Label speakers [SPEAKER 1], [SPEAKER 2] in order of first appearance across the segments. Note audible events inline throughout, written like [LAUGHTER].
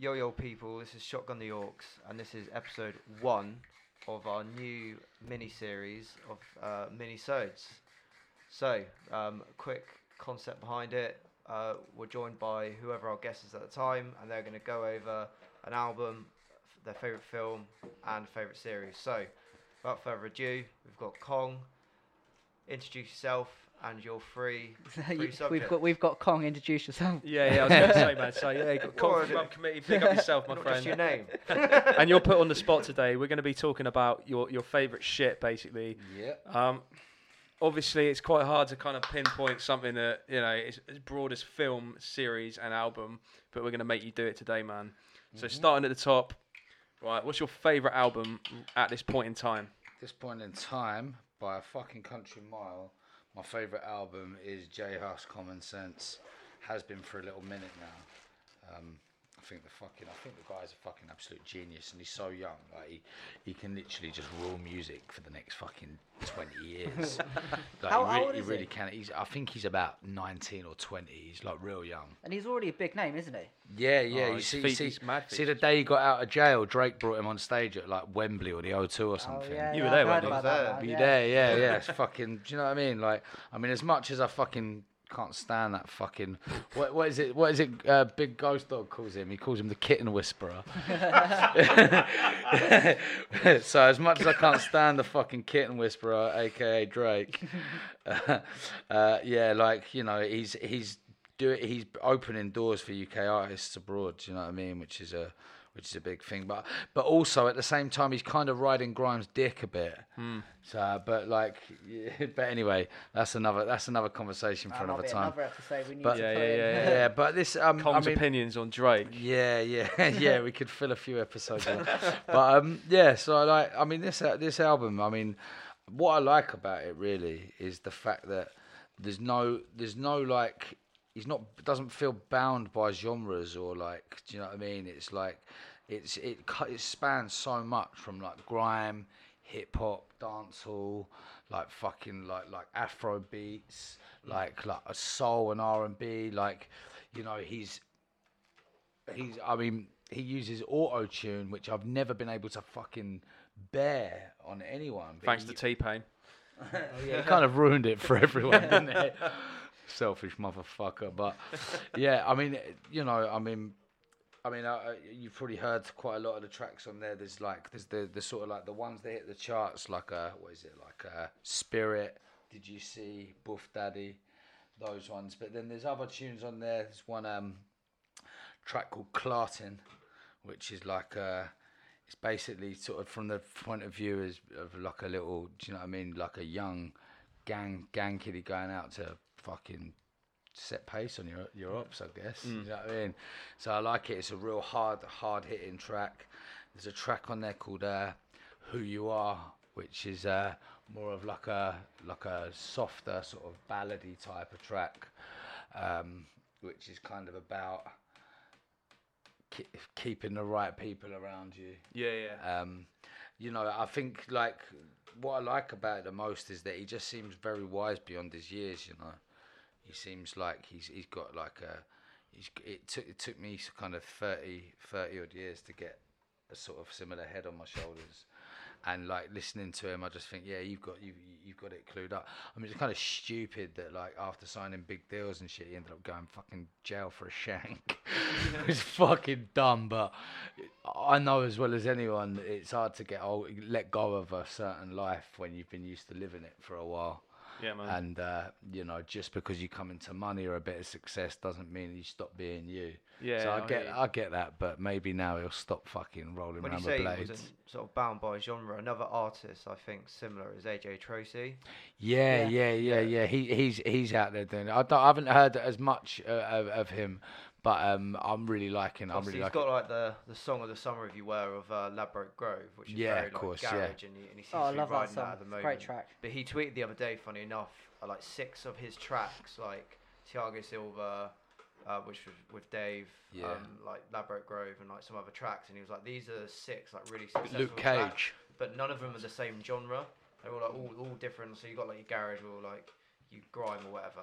[SPEAKER 1] Yo, yo, people, this is Shotgun the Orcs, and this is episode one of our new mini series of uh, mini sodes. So, um, quick concept behind it. Uh, we're joined by whoever our guest is at the time, and they're going to go over an album, f- their favourite film, and favourite series. So, without further ado, we've got Kong. Introduce yourself and your free, free
[SPEAKER 2] [LAUGHS] You-
[SPEAKER 1] subject.
[SPEAKER 2] we've got we've got Kong. Introduce yourself.
[SPEAKER 3] Yeah, yeah, I was going to say, man. So yeah, you got
[SPEAKER 1] Well,
[SPEAKER 3] Call Club Committee, pick up yourself,
[SPEAKER 1] [LAUGHS]
[SPEAKER 3] my
[SPEAKER 1] Not
[SPEAKER 3] friend.
[SPEAKER 1] just your name.
[SPEAKER 3] and you're put on the spot today. We're going to be talking about your your favourite shit, basically.
[SPEAKER 4] Yeah.
[SPEAKER 3] Um, obviously, it's quite hard to kind of pinpoint something that you know is as broad as film, series, and album. But we're going to make you do it today, man. So starting at the top, right? What's your favourite album at this point in time?
[SPEAKER 4] This point in time, by a fucking country mile, my favourite album is J Huss Common Sense. Has been for a little minute now. Um, I think the fucking I think the guy's a fucking absolute genius and he's so young. Like he, he can literally just rule music for the next fucking twenty [LAUGHS] years. like
[SPEAKER 2] How
[SPEAKER 4] he, rea-
[SPEAKER 2] old
[SPEAKER 4] he
[SPEAKER 2] is
[SPEAKER 4] really
[SPEAKER 2] he?
[SPEAKER 4] can he's I think he's about nineteen or twenty. He's like real young.
[SPEAKER 2] And he's already a big name, isn't he?
[SPEAKER 4] Yeah, yeah.
[SPEAKER 3] Oh,
[SPEAKER 4] you
[SPEAKER 3] his
[SPEAKER 4] see,
[SPEAKER 3] feet-
[SPEAKER 4] you see,
[SPEAKER 3] his mad
[SPEAKER 4] see
[SPEAKER 3] feet.
[SPEAKER 4] the day he got out of jail, Drake brought him on stage at like Wembley or the O2 or something.
[SPEAKER 3] You were there,
[SPEAKER 2] Oh, I've heard
[SPEAKER 3] weren't
[SPEAKER 1] I
[SPEAKER 2] about
[SPEAKER 3] you?
[SPEAKER 1] was
[SPEAKER 2] that,
[SPEAKER 1] there.
[SPEAKER 2] man,
[SPEAKER 4] Be
[SPEAKER 2] yeah.
[SPEAKER 4] there, yeah, yeah. It's fucking. Do you know what I mean? Like, I mean, as much as I fucking can't stand that fucking. What, what is it? What is it? Uh, Big Ghost Dog calls him. He calls him the
[SPEAKER 2] [LAUGHS]
[SPEAKER 4] Kitten Whisperer. [LAUGHS] so as much as I can't stand the fucking Kitten Whisperer, aka Drake. Uh, uh, yeah, like you know, he's he's do He's opening doors for UK artists abroad. Do you know what I mean? Which is a which is a big thing. But but also at the same time, he's kind of riding Grimes' dick a bit.
[SPEAKER 3] Hmm.
[SPEAKER 4] So, uh, but like, yeah, [LAUGHS] but anyway, that's another that's another conversation for
[SPEAKER 2] That might
[SPEAKER 4] another
[SPEAKER 2] be
[SPEAKER 4] time.
[SPEAKER 2] Another episode we need
[SPEAKER 4] But-
[SPEAKER 2] to
[SPEAKER 3] Yeah,
[SPEAKER 2] put
[SPEAKER 3] yeah,
[SPEAKER 2] in.
[SPEAKER 3] yeah,
[SPEAKER 4] yeah, but this um, I
[SPEAKER 3] Kong's
[SPEAKER 4] mean,
[SPEAKER 3] opinions on Drake.
[SPEAKER 4] [LAUGHS] yeah, yeah, yeah. We could fill a few episodes, on. but um, yeah. So like, I mean, this uh, this album. I mean, what I like about it really is the fact that there's no there's no like he's not doesn't feel bound by genres or like do you know what I mean? It's like it's it cu- it spans so much from like grime, hip hop, dancehall, like fucking like like Afro beats, like like a soul and R and B, like. You know, he's he's I mean he uses auto tune, which I've never been able to fucking bear on anyone. but
[SPEAKER 3] Thanks to
[SPEAKER 4] he,
[SPEAKER 3] T Pain.
[SPEAKER 4] yeah, he kind of ruined it for everyone, didn't
[SPEAKER 3] [LAUGHS]
[SPEAKER 4] he? Selfish motherfucker. But yeah, I mean, you know, I mean, I mean, uh, you've probably heard quite a lot of the tracks on there. There's like, there's the, the sort of like the ones that hit the charts, like uh what is it, like uh Spirit, Did You See, Buff Daddy, those ones. But then there's other tunes on there. There's one um track called Clartin, which is like uh it's basically sort of from the point of view as of like a little, do you know what I mean, like a young gang gang kiddie going out to fucking set pace on your your ops, I guess. You know what I mean? So I like it. It's a real hard hard hitting track. There's a track on there called uh, "Who You Are," which is uh, more of like a like a softer sort of ballady type of track, um, which is kind of about ki- keeping the right people around you.
[SPEAKER 3] Yeah, yeah.
[SPEAKER 4] Um, you know, I think like what I like about it the most is that he just seems very wise beyond his years. You know, he seems like he's he's got like a he's g- it took it took me s- kind of 30, 30 odd years to get a sort of similar head on my shoulders. And like listening to him, I just think, yeah, you've got you you- you've got it clued up. I mean, it's kind of stupid that like after signing big deals and shit, he ended up going fucking jail for a shank. [LAUGHS] it was fucking dumb, but I know as well as anyone, that it's hard to get old, let go of a certain life when you've been used to living it for a while.
[SPEAKER 3] Yeah, man.
[SPEAKER 4] And uh, you know, just because you come into money or a bit of success doesn't mean you stop being you.
[SPEAKER 3] Yeah,
[SPEAKER 4] So
[SPEAKER 3] I
[SPEAKER 4] I
[SPEAKER 3] hear
[SPEAKER 4] get,
[SPEAKER 3] you.
[SPEAKER 4] I get that, but maybe now he'll stop fucking rolling
[SPEAKER 1] When you
[SPEAKER 4] around
[SPEAKER 1] say
[SPEAKER 4] with
[SPEAKER 1] he
[SPEAKER 4] blades.
[SPEAKER 1] wasn't sort of bound by genre, another artist I think similar is AJ Tracy.
[SPEAKER 4] Yeah, yeah, yeah, yeah. He he's he's out there doing it. I, don't, I haven't heard as much uh, of, of him, but um, I'm really liking. I'm
[SPEAKER 1] Obviously,
[SPEAKER 4] really
[SPEAKER 1] he's
[SPEAKER 4] liking.
[SPEAKER 1] got like the, the song of the summer, if you were, of uh, Ladbroke Grove, which is
[SPEAKER 4] Yeah,
[SPEAKER 1] very
[SPEAKER 4] of
[SPEAKER 1] like,
[SPEAKER 4] course, yeah.
[SPEAKER 1] garage, and, he, and he seems
[SPEAKER 2] Oh, I
[SPEAKER 1] to be
[SPEAKER 2] love that
[SPEAKER 1] riding
[SPEAKER 2] song.
[SPEAKER 1] at the
[SPEAKER 2] It's a great
[SPEAKER 1] moment.
[SPEAKER 2] track.
[SPEAKER 1] But he tweeted the other day, funny enough, uh, like six of his tracks, like Tiago Silva, uh, which was with Dave,
[SPEAKER 4] Yeah.
[SPEAKER 1] um, like Labrador Grove and like some other tracks, and he was like, these are six like really successful
[SPEAKER 4] Luke
[SPEAKER 1] tracks,
[SPEAKER 4] Cage.
[SPEAKER 1] but none of them are the same genre. They're all like all, all different. So you got like your garage or like you grime or whatever.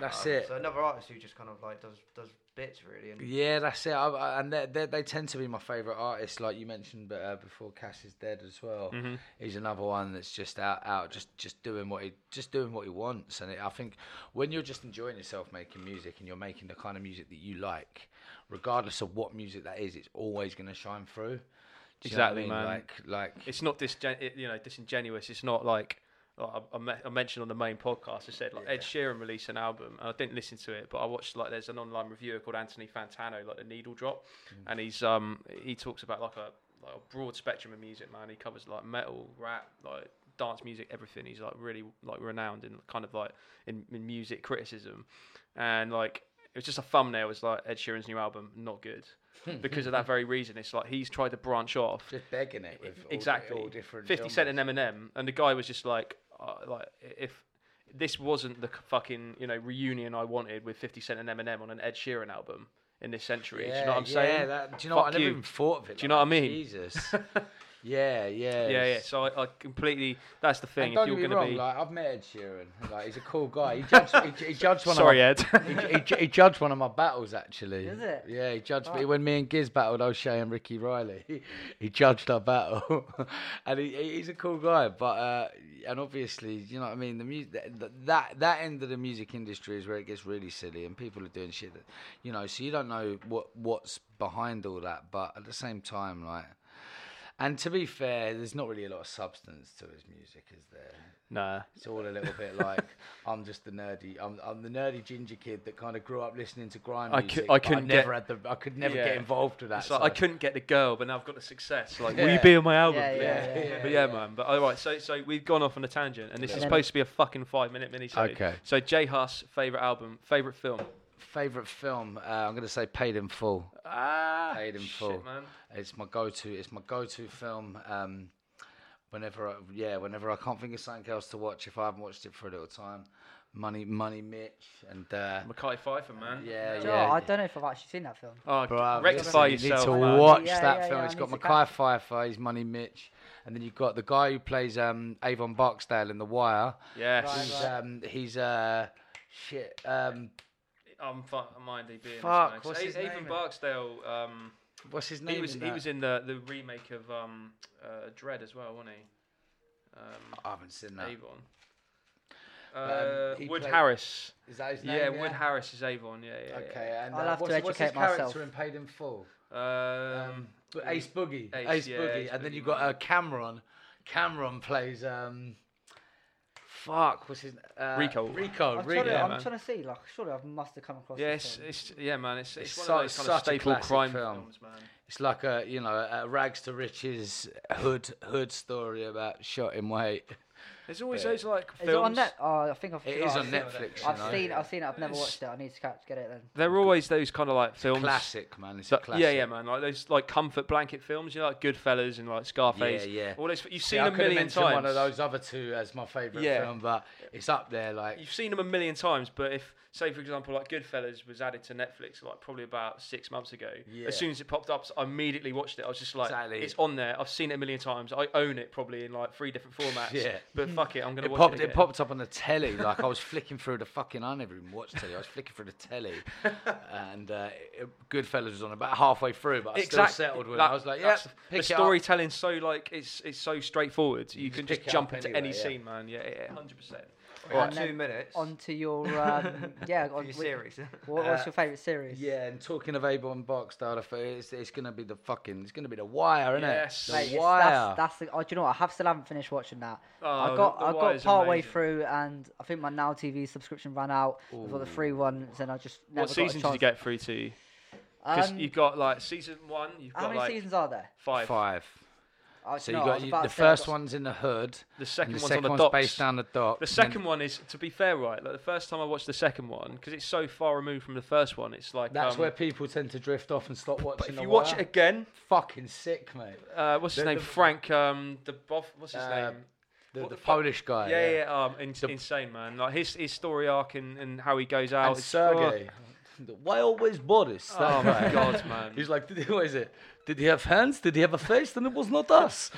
[SPEAKER 4] That's
[SPEAKER 1] Um,
[SPEAKER 4] it.
[SPEAKER 1] So another artist who just kind of like does does bits really, and
[SPEAKER 4] Yeah, that's it. I, I, and they, they, they tend to be my favourite artists, like you mentioned but, uh, before. Cash is dead as well. He's another one that's just out, out, just just doing what he just doing what he wants. And it, I think when you're just enjoying yourself making music and you're making the kind of music that you like, regardless of what music that is, it's always going to shine through. Do you know what I
[SPEAKER 3] Exactly,
[SPEAKER 4] mean?
[SPEAKER 3] man.
[SPEAKER 4] Like, like
[SPEAKER 3] It's not disgen- it- you know disingenuous. It's not like like I, I me- I mentioned on the main podcast. I said like Ed Sheeran released an album, and I didn't listen to it, but I watched like there's an online reviewer called Anthony Fantano, like the Needle Drop, and he's um he talks about like a like a broad spectrum of music, man. He covers like metal, rap, like dance music, everything. He's like really like renowned in kind of like in, in music criticism, and like it was just a thumbnail. It was like Ed Sheeran's new album, not good, because of that very reason. It's like he's tried to branch off
[SPEAKER 4] just begging it with all di-
[SPEAKER 3] exactly
[SPEAKER 4] all, different.
[SPEAKER 3] Fifty Cent
[SPEAKER 4] genres.
[SPEAKER 3] and Eminem, and the guy was just like, uh, like if this wasn't the c- fucking you know reunion I wanted with Fifty Cent and Eminem on an Ed Sheeran album in this century, do you know what I'm
[SPEAKER 4] yeah,
[SPEAKER 3] saying?
[SPEAKER 4] That, do you know
[SPEAKER 3] Fuck
[SPEAKER 4] what? I never
[SPEAKER 3] you.
[SPEAKER 4] even thought of it.
[SPEAKER 3] Do you
[SPEAKER 4] like
[SPEAKER 3] know what I [LAUGHS]
[SPEAKER 4] that.
[SPEAKER 3] mean?
[SPEAKER 4] Jesus. yeah, yeah.
[SPEAKER 3] yeah, yeah. So I, I completely. That's the thing.
[SPEAKER 4] And don't
[SPEAKER 3] if
[SPEAKER 4] get
[SPEAKER 3] you're
[SPEAKER 4] me
[SPEAKER 3] gonna
[SPEAKER 4] wrong,
[SPEAKER 3] be
[SPEAKER 4] like I've met Ed Sheeran, like he's a cool guy. He judged, he, he judged
[SPEAKER 3] [LAUGHS]
[SPEAKER 4] one
[SPEAKER 3] sorry,
[SPEAKER 4] of [LAUGHS]
[SPEAKER 3] Ed.
[SPEAKER 4] my, he, he, he judged one of my battles actually.
[SPEAKER 2] Is it?
[SPEAKER 4] Yeah, he judged me when me and Giz battled O'Shea and Ricky Riley. [LAUGHS] He, judged our battle, [LAUGHS] and he, he- he's a cool guy. But uh, and obviously, you know what I mean. The music that that end of the music industry is where it gets really silly, and people are doing shit that you know. So you don't know what what's behind all that. But at the same time, like. And to be fair, there's not really a lot of substance to his music, is there?
[SPEAKER 3] nah.
[SPEAKER 4] It's all a little bit like I'm just the nerdy. I'm, I'm the nerdy ginger kid that kind of grew up listening to grime
[SPEAKER 3] I cou-
[SPEAKER 4] music.
[SPEAKER 3] I
[SPEAKER 4] but
[SPEAKER 3] couldn't
[SPEAKER 4] never
[SPEAKER 3] get-
[SPEAKER 4] had the. I could never
[SPEAKER 3] Yeah.
[SPEAKER 4] get involved with that.
[SPEAKER 3] It's like,
[SPEAKER 4] so-
[SPEAKER 3] I couldn't get the girl, but now I've got the success. Like, will you
[SPEAKER 4] Yeah.
[SPEAKER 3] be on my album?
[SPEAKER 2] Yeah,
[SPEAKER 3] please?
[SPEAKER 2] yeah, yeah,
[SPEAKER 3] but yeah,
[SPEAKER 2] yeah,
[SPEAKER 3] man. But all right, so so we've gone off on a tangent, and this is
[SPEAKER 2] Yeah.
[SPEAKER 3] supposed to be a fucking five minute mini.
[SPEAKER 4] Okay.
[SPEAKER 3] So J Huss favorite album, favorite film.
[SPEAKER 4] Favorite film? Uh, I'm gonna say Paid in Full.
[SPEAKER 3] Ah,
[SPEAKER 4] Paid in
[SPEAKER 3] shit,
[SPEAKER 4] Full.
[SPEAKER 3] man.
[SPEAKER 4] It's my go-to. It's my go-to film. Um, whenever, I, yeah, whenever I can't think of something else to watch, if I haven't watched it for a little time, Money, Money, Mitch, and uh,
[SPEAKER 3] Mackay Pfeiffer, man.
[SPEAKER 4] yeah,
[SPEAKER 2] Do you know what?
[SPEAKER 4] yeah.
[SPEAKER 2] Oh, I don't know if I've actually seen that film.
[SPEAKER 3] Oh,
[SPEAKER 4] Bruh,
[SPEAKER 3] rectify
[SPEAKER 4] listen,
[SPEAKER 3] yourself.
[SPEAKER 4] You need to
[SPEAKER 3] man.
[SPEAKER 4] watch
[SPEAKER 2] Yeah,
[SPEAKER 4] that
[SPEAKER 2] yeah,
[SPEAKER 4] film.
[SPEAKER 2] yeah,
[SPEAKER 4] it's
[SPEAKER 2] I
[SPEAKER 4] got
[SPEAKER 2] need to
[SPEAKER 4] Mackay Pfeiffer, he's Money Mitch, and then you've got the guy who plays um, Avon Barksdale in The Wire.
[SPEAKER 3] Yes.
[SPEAKER 4] He's um, he's uh, shit. Um,
[SPEAKER 3] I'm fu- mind being this
[SPEAKER 4] Fuck,
[SPEAKER 3] man.
[SPEAKER 4] what's
[SPEAKER 3] so
[SPEAKER 4] his
[SPEAKER 3] Avon
[SPEAKER 4] name?
[SPEAKER 3] Barksdale. Um,
[SPEAKER 4] what's his name?
[SPEAKER 3] he was
[SPEAKER 4] in
[SPEAKER 3] he
[SPEAKER 4] that?
[SPEAKER 3] was in the the remake of um uh, Dread as well, wasn't he? Um,
[SPEAKER 4] I haven't seen that.
[SPEAKER 3] Avon. Uh,
[SPEAKER 4] Um, he
[SPEAKER 3] Wood
[SPEAKER 4] played-
[SPEAKER 3] Harris.
[SPEAKER 4] Is that his name?
[SPEAKER 3] Yeah, Wood Harris is Avon. Yeah, yeah.
[SPEAKER 4] Okay, and
[SPEAKER 2] I'll
[SPEAKER 4] uh,
[SPEAKER 2] have to
[SPEAKER 4] what's, what's his
[SPEAKER 2] educate myself.
[SPEAKER 4] character in Paid in Full?
[SPEAKER 3] Yeah. Um,
[SPEAKER 4] But Ace Boogie.
[SPEAKER 3] Ace,
[SPEAKER 4] Ace,
[SPEAKER 3] yeah,
[SPEAKER 4] Boogie.
[SPEAKER 3] Ace
[SPEAKER 4] and then
[SPEAKER 3] Boogie,
[SPEAKER 4] you've got
[SPEAKER 3] man.
[SPEAKER 4] uh, Cameron. Cameron plays. Um, fuck, what's his uh,
[SPEAKER 3] Rico.
[SPEAKER 4] Rico.
[SPEAKER 2] I'm, trying,
[SPEAKER 4] Rico.
[SPEAKER 2] to,
[SPEAKER 3] yeah,
[SPEAKER 2] I'm
[SPEAKER 3] man.
[SPEAKER 2] trying to see, like, surely I must have come across
[SPEAKER 3] yeah,
[SPEAKER 2] this
[SPEAKER 3] it's,
[SPEAKER 2] film.
[SPEAKER 3] it's yeah, man. It's it's,
[SPEAKER 4] It's
[SPEAKER 3] one
[SPEAKER 4] so-
[SPEAKER 3] of those kind of
[SPEAKER 4] such a
[SPEAKER 3] staple
[SPEAKER 4] classic
[SPEAKER 3] crime
[SPEAKER 4] film.
[SPEAKER 3] films, man.
[SPEAKER 4] It's like a you know a rags to riches hood hood story about shot in weight.
[SPEAKER 3] There's always
[SPEAKER 4] Yeah.
[SPEAKER 3] those like films.
[SPEAKER 2] Is it on net? Oh, I think I've
[SPEAKER 4] It
[SPEAKER 2] oh,
[SPEAKER 4] is
[SPEAKER 2] I've
[SPEAKER 4] on
[SPEAKER 2] seen it.
[SPEAKER 4] Netflix.
[SPEAKER 2] I've
[SPEAKER 4] you know.
[SPEAKER 2] seen, I've seen it. I've never
[SPEAKER 3] It's-
[SPEAKER 2] watched it. I need to catch, get it then.
[SPEAKER 3] They're always those kind of like films.
[SPEAKER 4] Classic man, it's a
[SPEAKER 3] So-
[SPEAKER 4] classic.
[SPEAKER 3] yeah, yeah, man. Like those like comfort blanket films, you know, like Goodfellas and like Scarface.
[SPEAKER 4] Yeah, yeah.
[SPEAKER 3] All those you've
[SPEAKER 4] See,
[SPEAKER 3] seen
[SPEAKER 4] I
[SPEAKER 3] them a
[SPEAKER 4] could have
[SPEAKER 3] million
[SPEAKER 4] mentioned
[SPEAKER 3] times.
[SPEAKER 4] one of those other two as my favorite
[SPEAKER 3] Yeah.
[SPEAKER 4] film, but it's up there. Like
[SPEAKER 3] You've seen them a million times, but if say for example like Goodfellas was added to Netflix like probably about six months ago,
[SPEAKER 4] Yeah.
[SPEAKER 3] as soon as it popped up, I immediately watched it. I was just like,
[SPEAKER 4] Exactly.
[SPEAKER 3] it's on there. I've seen it a million times. I own it probably in like three different formats.
[SPEAKER 4] Yeah.
[SPEAKER 3] But fuck it, I'm gonna
[SPEAKER 4] it
[SPEAKER 3] watch
[SPEAKER 4] popped,
[SPEAKER 3] it.
[SPEAKER 4] it
[SPEAKER 3] again.
[SPEAKER 4] popped up on the telly. Like I was flicking through the fucking. I never even watched telly. I was flicking through the telly,
[SPEAKER 3] [LAUGHS]
[SPEAKER 4] and uh, it, Goodfellas was on about halfway through, but I
[SPEAKER 3] Exact-
[SPEAKER 4] still settled with. it.
[SPEAKER 3] that-
[SPEAKER 4] I was like, yeah,
[SPEAKER 3] that's-
[SPEAKER 4] pick
[SPEAKER 3] the
[SPEAKER 4] it up.
[SPEAKER 3] storytelling's so like it's it's so straightforward. You,
[SPEAKER 4] just
[SPEAKER 3] can
[SPEAKER 4] pick
[SPEAKER 3] just
[SPEAKER 4] it
[SPEAKER 3] jump
[SPEAKER 4] up
[SPEAKER 3] into
[SPEAKER 4] anyway,
[SPEAKER 3] any
[SPEAKER 4] yeah.
[SPEAKER 3] scene, man. Yeah, yeah, hundred percent.
[SPEAKER 1] We've got
[SPEAKER 2] And
[SPEAKER 1] two
[SPEAKER 2] then
[SPEAKER 1] minutes on
[SPEAKER 2] Onto your, um, yeah,
[SPEAKER 1] for
[SPEAKER 2] on,
[SPEAKER 1] your
[SPEAKER 2] which-
[SPEAKER 1] series. [LAUGHS]
[SPEAKER 2] What,
[SPEAKER 4] Uh,
[SPEAKER 2] what's your favourite series?
[SPEAKER 4] Yeah, and talking of Avon Barksdale, I feel it's, it's gonna be the fucking, it's gonna be the Wire, isn't
[SPEAKER 3] Yes.
[SPEAKER 4] it?
[SPEAKER 2] Mate,
[SPEAKER 4] The
[SPEAKER 2] it's-
[SPEAKER 4] Wire.
[SPEAKER 2] that's, that's the, oh, do you know what? I have still haven't finished watching that.
[SPEAKER 3] Oh,
[SPEAKER 2] I got
[SPEAKER 3] The
[SPEAKER 2] I
[SPEAKER 3] Wire is
[SPEAKER 2] got part way
[SPEAKER 3] amazing.
[SPEAKER 2] through, and I think my Now TV subscription ran out. I've got the free ones, and I just never
[SPEAKER 3] What season
[SPEAKER 2] got
[SPEAKER 3] did
[SPEAKER 2] a
[SPEAKER 3] you
[SPEAKER 2] chance.
[SPEAKER 3] get through to? Because
[SPEAKER 2] Um,
[SPEAKER 3] you've got like season one, you've
[SPEAKER 2] how
[SPEAKER 3] got
[SPEAKER 2] many
[SPEAKER 3] like
[SPEAKER 2] seasons are there? Oh,
[SPEAKER 3] five.
[SPEAKER 4] Five.
[SPEAKER 2] I-
[SPEAKER 4] So
[SPEAKER 2] no,
[SPEAKER 4] you
[SPEAKER 2] I
[SPEAKER 4] got
[SPEAKER 2] was
[SPEAKER 4] you,
[SPEAKER 2] about
[SPEAKER 4] the
[SPEAKER 2] to say I
[SPEAKER 4] first
[SPEAKER 2] got-
[SPEAKER 4] one's in the hood.
[SPEAKER 3] The second
[SPEAKER 4] and the
[SPEAKER 3] one's
[SPEAKER 4] second
[SPEAKER 3] on the
[SPEAKER 4] one's
[SPEAKER 3] docks.
[SPEAKER 4] based down the dock.
[SPEAKER 3] The
[SPEAKER 4] and then-
[SPEAKER 3] second one is, to be fair, right? Like the first time I watched the second one, because it's so far removed from the first one, it's like
[SPEAKER 4] That's
[SPEAKER 3] um,
[SPEAKER 4] where people tend to drift off and stop watching.
[SPEAKER 3] But if
[SPEAKER 4] The
[SPEAKER 3] you watch
[SPEAKER 4] Wire.
[SPEAKER 3] it again,
[SPEAKER 4] fucking sick, mate.
[SPEAKER 3] uh, what's his
[SPEAKER 4] The-
[SPEAKER 3] name?
[SPEAKER 4] the-
[SPEAKER 3] Frank, um, the boff. What's his
[SPEAKER 4] Uh,
[SPEAKER 3] name?
[SPEAKER 4] The,
[SPEAKER 3] What
[SPEAKER 4] the
[SPEAKER 3] the fuck-
[SPEAKER 4] Polish guy.
[SPEAKER 3] yeah, yeah, um, in, insane man. Like his his story arc and, and how he goes out.
[SPEAKER 4] And
[SPEAKER 3] it's-
[SPEAKER 4] Sergey.
[SPEAKER 3] oh,
[SPEAKER 4] Why always Boris?
[SPEAKER 3] Oh
[SPEAKER 4] That
[SPEAKER 3] my
[SPEAKER 4] guy.
[SPEAKER 3] God, man.
[SPEAKER 4] [LAUGHS] He's like, did he, what is it? Did he have hands? Did he have a face? Then it was not us.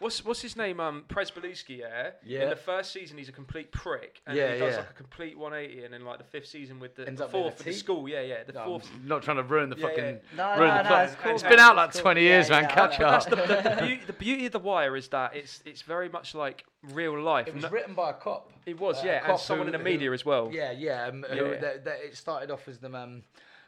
[SPEAKER 3] What's what's his name? Um, Presbulewski, yeah. In
[SPEAKER 4] Yeah.
[SPEAKER 3] the first season, he's a complete prick, and
[SPEAKER 4] Yeah,
[SPEAKER 3] then he does
[SPEAKER 4] yeah.
[SPEAKER 3] like a complete 180, and then like the fifth season with the,
[SPEAKER 4] Ends
[SPEAKER 3] the
[SPEAKER 4] up being a
[SPEAKER 3] fourth with the
[SPEAKER 4] teak.
[SPEAKER 3] school, yeah, yeah. The
[SPEAKER 4] No, I'm
[SPEAKER 3] fourth.
[SPEAKER 4] not trying to ruin the
[SPEAKER 3] Yeah, yeah.
[SPEAKER 4] fucking.
[SPEAKER 2] No,
[SPEAKER 4] ruin
[SPEAKER 2] no,
[SPEAKER 4] the
[SPEAKER 2] no,
[SPEAKER 4] fuck.
[SPEAKER 2] it's cool.
[SPEAKER 3] It's
[SPEAKER 2] man,
[SPEAKER 4] been out like
[SPEAKER 2] it's cool.
[SPEAKER 4] 20 years,
[SPEAKER 2] Yeah,
[SPEAKER 4] man.
[SPEAKER 2] yeah, I
[SPEAKER 4] Catch
[SPEAKER 2] know.
[SPEAKER 4] up.
[SPEAKER 3] The,
[SPEAKER 4] [LAUGHS]
[SPEAKER 3] the, beauty, the beauty of the Wire is that it's it's very much like real life.
[SPEAKER 4] It was
[SPEAKER 3] No-
[SPEAKER 4] written by a cop.
[SPEAKER 3] it was,
[SPEAKER 4] uh, a
[SPEAKER 3] yeah, and
[SPEAKER 4] cop
[SPEAKER 3] someone in
[SPEAKER 4] who-
[SPEAKER 3] the media
[SPEAKER 4] who-
[SPEAKER 3] as well.
[SPEAKER 4] Yeah, yeah. Um, who-
[SPEAKER 3] Yeah.
[SPEAKER 4] that- that- it started off as them, um,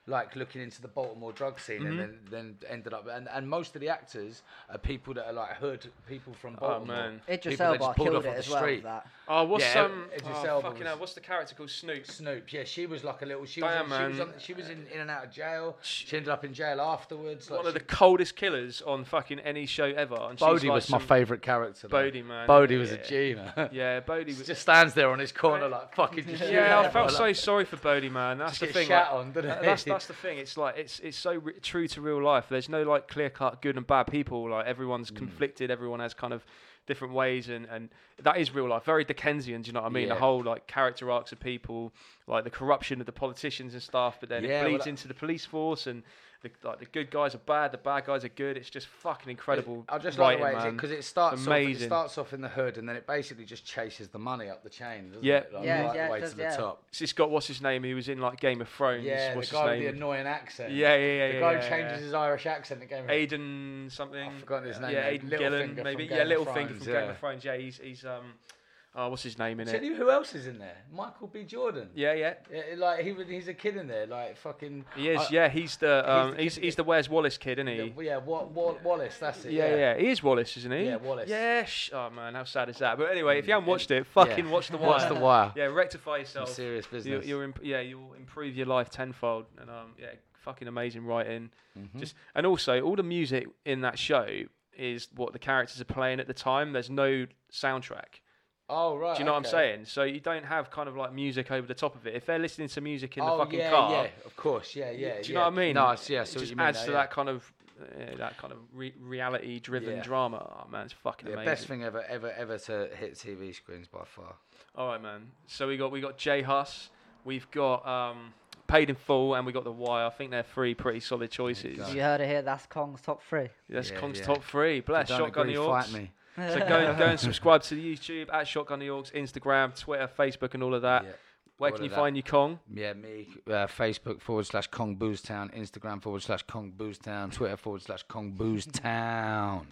[SPEAKER 4] like looking into the Baltimore drug scene,
[SPEAKER 3] Mm-hmm.
[SPEAKER 4] and then, then ended up. And, and most of the actors are people that are like hood people from Baltimore.
[SPEAKER 3] Oh, man.
[SPEAKER 2] Idris
[SPEAKER 4] People that
[SPEAKER 2] Elba
[SPEAKER 4] just pulled
[SPEAKER 2] killed
[SPEAKER 4] off
[SPEAKER 2] it
[SPEAKER 4] on the
[SPEAKER 2] as well. with
[SPEAKER 4] street.
[SPEAKER 2] That.
[SPEAKER 3] Oh, what's
[SPEAKER 4] Yeah,
[SPEAKER 3] um?
[SPEAKER 4] Idris
[SPEAKER 3] Oh,
[SPEAKER 4] Elba
[SPEAKER 3] fucking
[SPEAKER 4] was-
[SPEAKER 3] hell, what's the character called? Snoop.
[SPEAKER 4] Snoop, yeah, she was like a little. She
[SPEAKER 3] Damn,
[SPEAKER 4] was, in, she was,
[SPEAKER 3] man.
[SPEAKER 4] on, she was in, in and out of jail. She ended up in jail afterwards. Like
[SPEAKER 3] One of the
[SPEAKER 4] she-
[SPEAKER 3] coldest killers on fucking any show ever. And she's
[SPEAKER 4] Bodie
[SPEAKER 3] like
[SPEAKER 4] was my
[SPEAKER 3] some-
[SPEAKER 4] favourite character. though.
[SPEAKER 3] Bodie, man.
[SPEAKER 4] Bodie was a
[SPEAKER 3] Yeah.
[SPEAKER 4] G, [LAUGHS] man.
[SPEAKER 3] Yeah, Bodie was.
[SPEAKER 4] Just stands there on his corner like
[SPEAKER 3] [LAUGHS]
[SPEAKER 4] fucking. Just shooting [LAUGHS]
[SPEAKER 3] yeah, I
[SPEAKER 4] everyone,
[SPEAKER 3] felt
[SPEAKER 4] like,
[SPEAKER 3] so sorry for Bodie, man. That's
[SPEAKER 4] Just
[SPEAKER 3] the
[SPEAKER 4] get
[SPEAKER 3] thing.
[SPEAKER 4] shat
[SPEAKER 3] like,
[SPEAKER 4] on, didn't [LAUGHS]
[SPEAKER 3] that-
[SPEAKER 4] he?
[SPEAKER 3] that's that's the thing. It's like it's it's so re- true to real life. There's no like clear cut good and bad people. Like everyone's
[SPEAKER 4] Mm.
[SPEAKER 3] conflicted. Everyone has kind of different ways, and and that is real life. Very Dickensian. Do you know what I mean? The
[SPEAKER 4] Yeah.
[SPEAKER 3] whole like character arcs of people, like the corruption of the politicians and stuff. But then
[SPEAKER 4] Yeah,
[SPEAKER 3] it
[SPEAKER 4] well,
[SPEAKER 3] bleeds
[SPEAKER 4] that-
[SPEAKER 3] into the police force and. The, like the good guys are bad, the bad guys are good. It's just fucking incredible.
[SPEAKER 4] I just
[SPEAKER 3] writing,
[SPEAKER 4] like the way
[SPEAKER 3] man.
[SPEAKER 4] because it starts Off, it
[SPEAKER 3] amazing.
[SPEAKER 4] starts off in the hood and then it basically just chases the money up the chain, doesn't
[SPEAKER 3] Yeah.
[SPEAKER 4] it? Like,
[SPEAKER 2] Yeah,
[SPEAKER 4] right
[SPEAKER 2] yeah,
[SPEAKER 4] the
[SPEAKER 2] it
[SPEAKER 4] way
[SPEAKER 2] does,
[SPEAKER 4] to the
[SPEAKER 2] yeah.
[SPEAKER 4] top.
[SPEAKER 3] It's got what's his name? He was in like Game of Thrones.
[SPEAKER 4] Yeah,
[SPEAKER 3] what's
[SPEAKER 4] the guy
[SPEAKER 3] his
[SPEAKER 4] with
[SPEAKER 3] name?
[SPEAKER 4] the annoying accent.
[SPEAKER 3] yeah, yeah, yeah.
[SPEAKER 4] the
[SPEAKER 3] yeah,
[SPEAKER 4] guy
[SPEAKER 3] yeah,
[SPEAKER 4] changes
[SPEAKER 3] yeah.
[SPEAKER 4] his Irish accent in Game of
[SPEAKER 3] Aiden something.
[SPEAKER 4] I've forgotten his name.
[SPEAKER 3] Yeah,
[SPEAKER 4] mate.
[SPEAKER 3] Aiden
[SPEAKER 4] Littlefinger
[SPEAKER 3] Gillen,
[SPEAKER 4] from
[SPEAKER 3] maybe.
[SPEAKER 4] Game
[SPEAKER 3] yeah,
[SPEAKER 4] of
[SPEAKER 3] Little Finger
[SPEAKER 4] Thrones,
[SPEAKER 3] from Game
[SPEAKER 4] yeah.
[SPEAKER 3] of Thrones. Yeah, he's he's um, oh, what's his name in
[SPEAKER 4] Tell
[SPEAKER 3] it?
[SPEAKER 4] you who else is in there? Michael B. Jordan.
[SPEAKER 3] Yeah, yeah,
[SPEAKER 4] Yeah, like he was, he's a kid in there, like fucking.
[SPEAKER 3] he is.
[SPEAKER 4] I-
[SPEAKER 3] yeah, he's the
[SPEAKER 4] the
[SPEAKER 3] um,
[SPEAKER 4] kid
[SPEAKER 3] he's
[SPEAKER 4] that
[SPEAKER 3] he's the Where's Wallace kid, isn't he?
[SPEAKER 4] Yeah, yeah Wa- Wa- Wallace, that's it.
[SPEAKER 3] Yeah, yeah, he is Wallace, isn't he?
[SPEAKER 4] Yeah, Wallace. Mm,
[SPEAKER 3] Yeah, sh- oh man, how sad is that? But anyway, if you haven't watched it, fucking
[SPEAKER 4] Yeah.
[SPEAKER 3] watch the
[SPEAKER 4] [LAUGHS] Watch
[SPEAKER 3] wire.
[SPEAKER 4] The Wire.
[SPEAKER 3] Yeah, rectify yourself.
[SPEAKER 4] serious
[SPEAKER 3] you,
[SPEAKER 4] business.
[SPEAKER 3] you'll imp- yeah, you'll improve your life tenfold, and um, yeah, fucking amazing writing.
[SPEAKER 4] Mm-hmm.
[SPEAKER 3] Just and also all the music in that show is what the characters are playing at the time. There's no soundtrack.
[SPEAKER 4] Oh right.
[SPEAKER 3] Do you know what I'm
[SPEAKER 4] okay.
[SPEAKER 3] saying? So you don't have kind of like music over the top of it. If they're listening to music in
[SPEAKER 4] oh
[SPEAKER 3] the fucking
[SPEAKER 4] yeah,
[SPEAKER 3] car,
[SPEAKER 4] yeah, of course, yeah, yeah.
[SPEAKER 3] do you know what I mean?
[SPEAKER 4] No, it's, yeah,
[SPEAKER 3] it
[SPEAKER 4] so
[SPEAKER 3] just
[SPEAKER 4] you mean
[SPEAKER 3] adds
[SPEAKER 4] though,
[SPEAKER 3] to
[SPEAKER 4] yeah.
[SPEAKER 3] that kind of uh, that kind of re- reality-driven
[SPEAKER 4] Yeah.
[SPEAKER 3] drama. Oh man, it's fucking
[SPEAKER 4] Yeah,
[SPEAKER 3] amazing.
[SPEAKER 4] best thing ever, ever, ever to hit TV screens by far.
[SPEAKER 3] All right, man. So we got we got J Huss, we've got um, Paid in Full, and we got The Wire. I think they're three pretty solid choices.
[SPEAKER 4] go.
[SPEAKER 2] You heard it here. That's Kong's top three.
[SPEAKER 3] That's
[SPEAKER 4] Yeah,
[SPEAKER 3] Kong's
[SPEAKER 4] yeah.
[SPEAKER 3] top three. Bless
[SPEAKER 4] Don't
[SPEAKER 3] Shotgun
[SPEAKER 4] agree,
[SPEAKER 3] the Orcs.
[SPEAKER 4] fight me.
[SPEAKER 3] So go and, go
[SPEAKER 4] [LAUGHS]
[SPEAKER 3] and subscribe to the YouTube at Shotgun the Orcs, Instagram, Twitter, Facebook, and all of that.
[SPEAKER 4] Yeah.
[SPEAKER 3] Where
[SPEAKER 4] all
[SPEAKER 3] can
[SPEAKER 4] of
[SPEAKER 3] you
[SPEAKER 4] that.
[SPEAKER 3] find you, Kong?
[SPEAKER 4] Yeah, me. Uh, Facebook forward slash Kong Booze Town, Instagram forward slash Kong Booze Town, Twitter forward slash Kong Booze Town.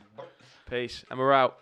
[SPEAKER 3] Peace, and we're out.